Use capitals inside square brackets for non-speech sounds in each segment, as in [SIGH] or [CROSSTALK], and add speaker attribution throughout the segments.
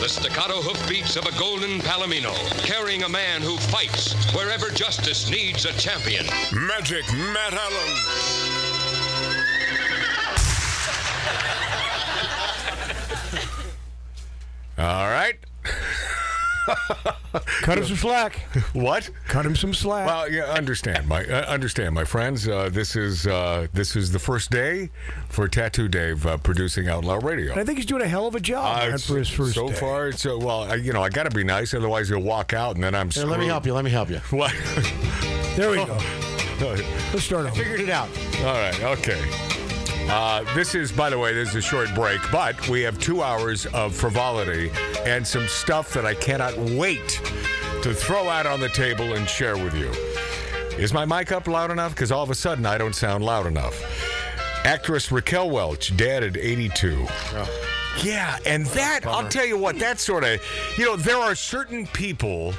Speaker 1: the staccato hoofbeats of a golden palomino, carrying a man who fights wherever justice needs a champion.
Speaker 2: Magic Matt Allen. All right.
Speaker 3: Cut him some slack.
Speaker 2: [LAUGHS] What?
Speaker 3: Cut him some slack.
Speaker 2: Well, yeah, understand, my uh, understand, my friends. Uh, this is uh, this is the first day for Tattoo Dave uh, producing Outlaw Radio.
Speaker 3: and I think he's doing a hell of a job
Speaker 2: Uh,
Speaker 3: man, for his first
Speaker 2: so
Speaker 3: day.
Speaker 2: far, it's uh, well. I, you know, I got to be nice, otherwise you'll walk out, and then I'm.
Speaker 4: Here, let me help you. Let me help you.
Speaker 2: [LAUGHS] What?
Speaker 4: [LAUGHS]
Speaker 3: There
Speaker 2: Oh.
Speaker 3: we go. Let's start over.
Speaker 4: Figured it out.
Speaker 2: All right. Okay. Uh, this is, by the way, this is a short break, but we have two hours of frivolity and some stuff that I cannot wait to throw out on the table and share with you. Is my mic up loud enough? Because all of a sudden I don't sound loud enough. Actress Raquel Welch, dead at 82. Yeah, and that, I'll tell you what, that sort of, you know, there are certain people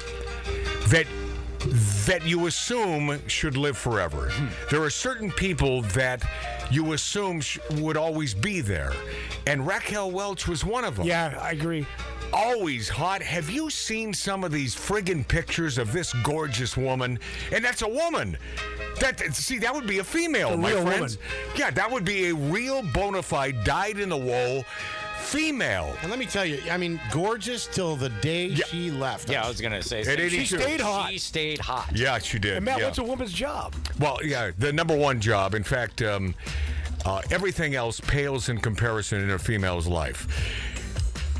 Speaker 2: that that you assume should live forever. There are certain people that you assume sh- would always be there, and Raquel Welch was one of them.
Speaker 3: Yeah, I agree.
Speaker 2: always hot. Have you seen some of these friggin' pictures of this gorgeous woman? And that's a woman. That see, that would be a female,
Speaker 3: A
Speaker 2: my
Speaker 3: real
Speaker 2: friends. Yeah, that would be a real bona fide, dyed in the wool female.
Speaker 4: And let me tell you, I mean, gorgeous till the day she left.
Speaker 5: Yeah, I
Speaker 4: us.
Speaker 5: was gonna say.
Speaker 2: At
Speaker 5: same.
Speaker 2: 82.
Speaker 5: She
Speaker 3: stayed hot.
Speaker 5: She stayed hot.
Speaker 2: Yeah, she did.
Speaker 3: And Matt,
Speaker 2: yeah.
Speaker 3: what's a woman's job?
Speaker 2: Well, yeah, the number one job. In fact, um, uh, everything else pales in comparison in a female's life.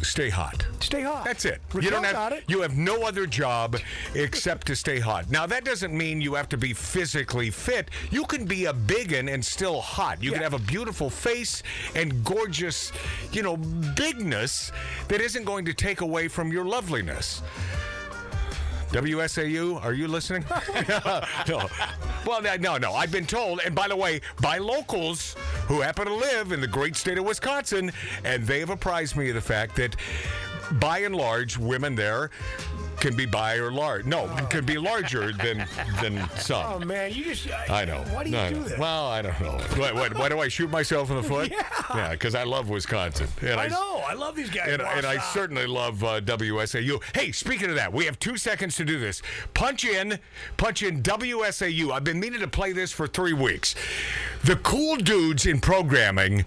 Speaker 2: Stay hot.
Speaker 3: Stay hot.
Speaker 2: That's it.
Speaker 3: Raquel
Speaker 2: you don't have
Speaker 3: got it.
Speaker 2: you have no other job except to stay hot. Now that doesn't mean you have to be physically fit. You can be a biggin and still hot. You can have a beautiful face and gorgeous, you know, bigness that isn't going to take away from your loveliness. WSAU, are you
Speaker 3: [LAUGHS]
Speaker 2: listening? no. Well, no, no, no. I've been told, and by the way, by locals who happen to live in the great state of Wisconsin, and they have apprised me of the fact that by and large, women there can be by or large. No, could be larger than than some.
Speaker 3: Oh man, you just.
Speaker 2: I know.
Speaker 3: Why do you
Speaker 2: I
Speaker 3: do
Speaker 2: know.
Speaker 3: that?
Speaker 2: Well, I don't know. Why, why, why do I shoot myself in the foot?
Speaker 3: [LAUGHS] Yeah.
Speaker 2: Yeah, because I love Wisconsin. And
Speaker 3: I know. I love these guys.
Speaker 2: and, and I
Speaker 3: Wausau.
Speaker 2: certainly love uh, WSAU. Hey, speaking of that, we have two seconds to do this. Punch in, punch in WSAU. I've been meaning to play this for three weeks. The cool dudes in programming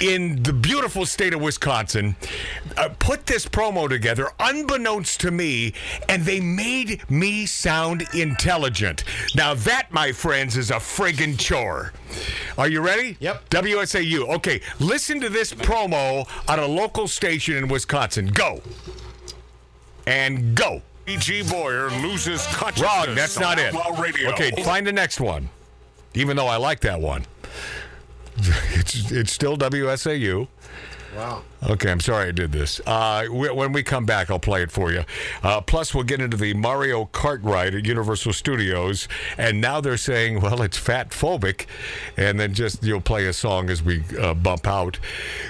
Speaker 2: in the beautiful state of Wisconsin uh, put this promo together, unbeknownst to me, and they made me sound intelligent. Now, that, my friends, is a friggin' chore. Are you ready?
Speaker 4: Yep.
Speaker 2: WSAU. Okay, listen to this promo on a local station in Wisconsin. Go. And go.
Speaker 6: E.G. Boyer loses consciousness.
Speaker 2: Wrong, that's
Speaker 6: on
Speaker 2: not it.
Speaker 6: Outlaw Radio.
Speaker 2: Okay, find the next one. Even though I like that one. [LAUGHS] It's, it's still WSAU.
Speaker 4: Wow.
Speaker 2: Okay, I'm sorry I did this. Uh, wh- when we come back, I'll play it for you. Uh, plus, we'll get into the Mario Kart ride at Universal Studios, and now they're saying, well, it's fat phobic, and then just you'll play a song as we uh, bump out.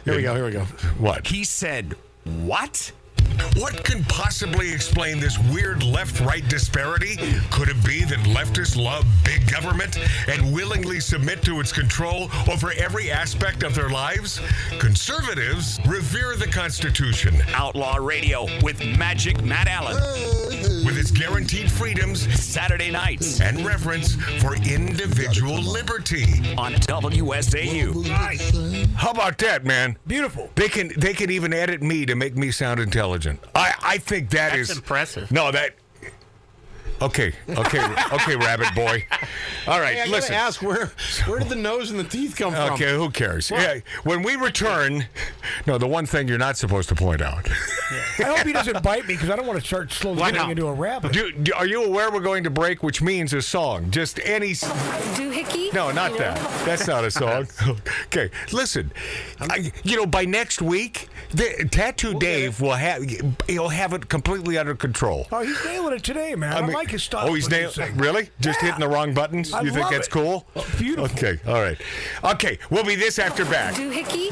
Speaker 4: Here we go. Here we go.
Speaker 2: What?
Speaker 6: He said, What?
Speaker 2: What can possibly explain this weird left right disparity? Could it be that leftists love big government and willingly submit to its control over every aspect of their lives? Conservatives revere the Constitution
Speaker 6: Outlaw Radio with Magic Matt Allen.
Speaker 2: with its guaranteed freedoms
Speaker 6: Saturday nights
Speaker 2: and reverence for individual liberty.
Speaker 6: on WSAU.
Speaker 2: How about that, man?
Speaker 3: Beautiful.
Speaker 2: They can they can even edit me to make me sound intelligent. I I think That's
Speaker 7: impressive.
Speaker 2: No, that. Okay, okay, okay, rabbit boy. All right,
Speaker 4: Hey, I
Speaker 2: listen.
Speaker 4: gotta ask where where did the nose and the teeth come from?
Speaker 2: Okay, who cares? Yeah, when we return, no, the one thing you're not supposed to point out.
Speaker 3: I hope
Speaker 2: [LAUGHS]
Speaker 3: he doesn't bite me because I don't want to start slowly
Speaker 7: Why
Speaker 3: getting
Speaker 7: not?
Speaker 3: into a rabbit.
Speaker 2: Do, do, are you aware we're going to break, which means a song? Just any. s-
Speaker 8: doohickey?
Speaker 2: No, not
Speaker 8: You know?
Speaker 2: that. That's not a
Speaker 8: [LAUGHS]
Speaker 2: song. okay, listen. I, you know, by next week, the, Tattoo Dave will have he'll have it completely under control.
Speaker 3: Oh, he's nailing it today, man. I,
Speaker 2: mean-
Speaker 3: like his stuff.
Speaker 2: Oh, he's
Speaker 3: what
Speaker 2: nailing.
Speaker 3: saying.
Speaker 2: Really? Just
Speaker 3: Yeah.
Speaker 2: hitting the wrong buttons?
Speaker 3: I
Speaker 2: you think
Speaker 3: love
Speaker 2: that's
Speaker 3: it.
Speaker 2: cool?
Speaker 3: beautiful.
Speaker 2: Okay. All right. Okay. We'll be this after back.
Speaker 8: Doohickey?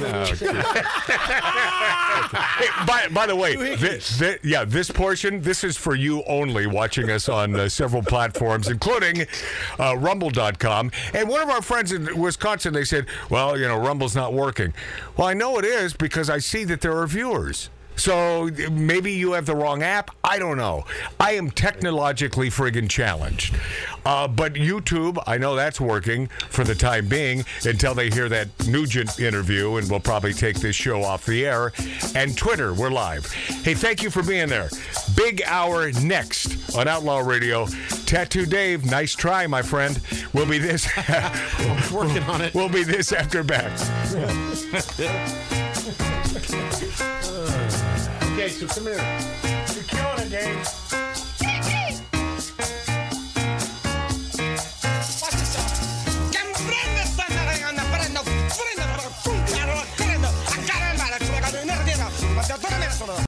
Speaker 2: Hey, [LAUGHS] by, by the way, this, yeah, this portion, this is for you only watching us on uh, several platforms, including uh, rumble.com. And one of our friends in Wisconsin, they said, well, you know, Rumble's not working. Well, I know it is because I see that there are viewers. So maybe you have the wrong app. I don't know. I am technologically friggin' challenged. Uh, but YouTube, I know that's working for the time being until they hear that Nugent interview, and we'll probably take this show off the air. And Twitter, we're live. Hey, thank you for being there. Big hour next on Outlaw Radio. Tattoo Dave, nice try, my friend. We'll be this. [LAUGHS]
Speaker 4: Working on it.
Speaker 2: We'll be this after back.
Speaker 4: Okay, so come here.
Speaker 3: You're killing it, Dave.